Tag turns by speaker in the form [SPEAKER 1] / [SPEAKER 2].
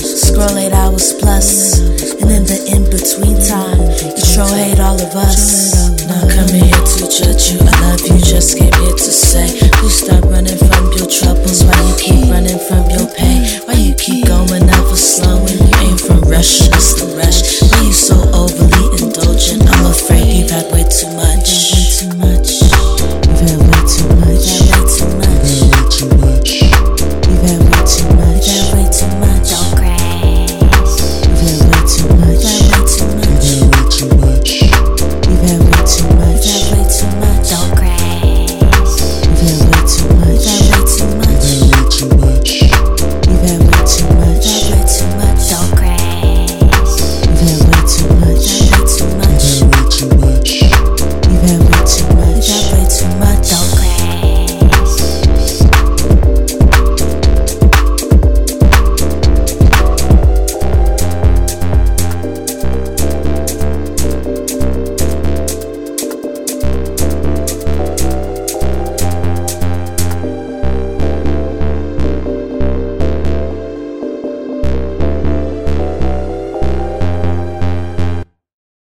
[SPEAKER 1] Scroll eight hours plus. And in the in between time, you troll hate all of us. Not coming here to judge you. I love you, just came here to say. Please stop running from your troubles. Why you keep running from your pain? Why you keep going ever slow when you ain't from Russia?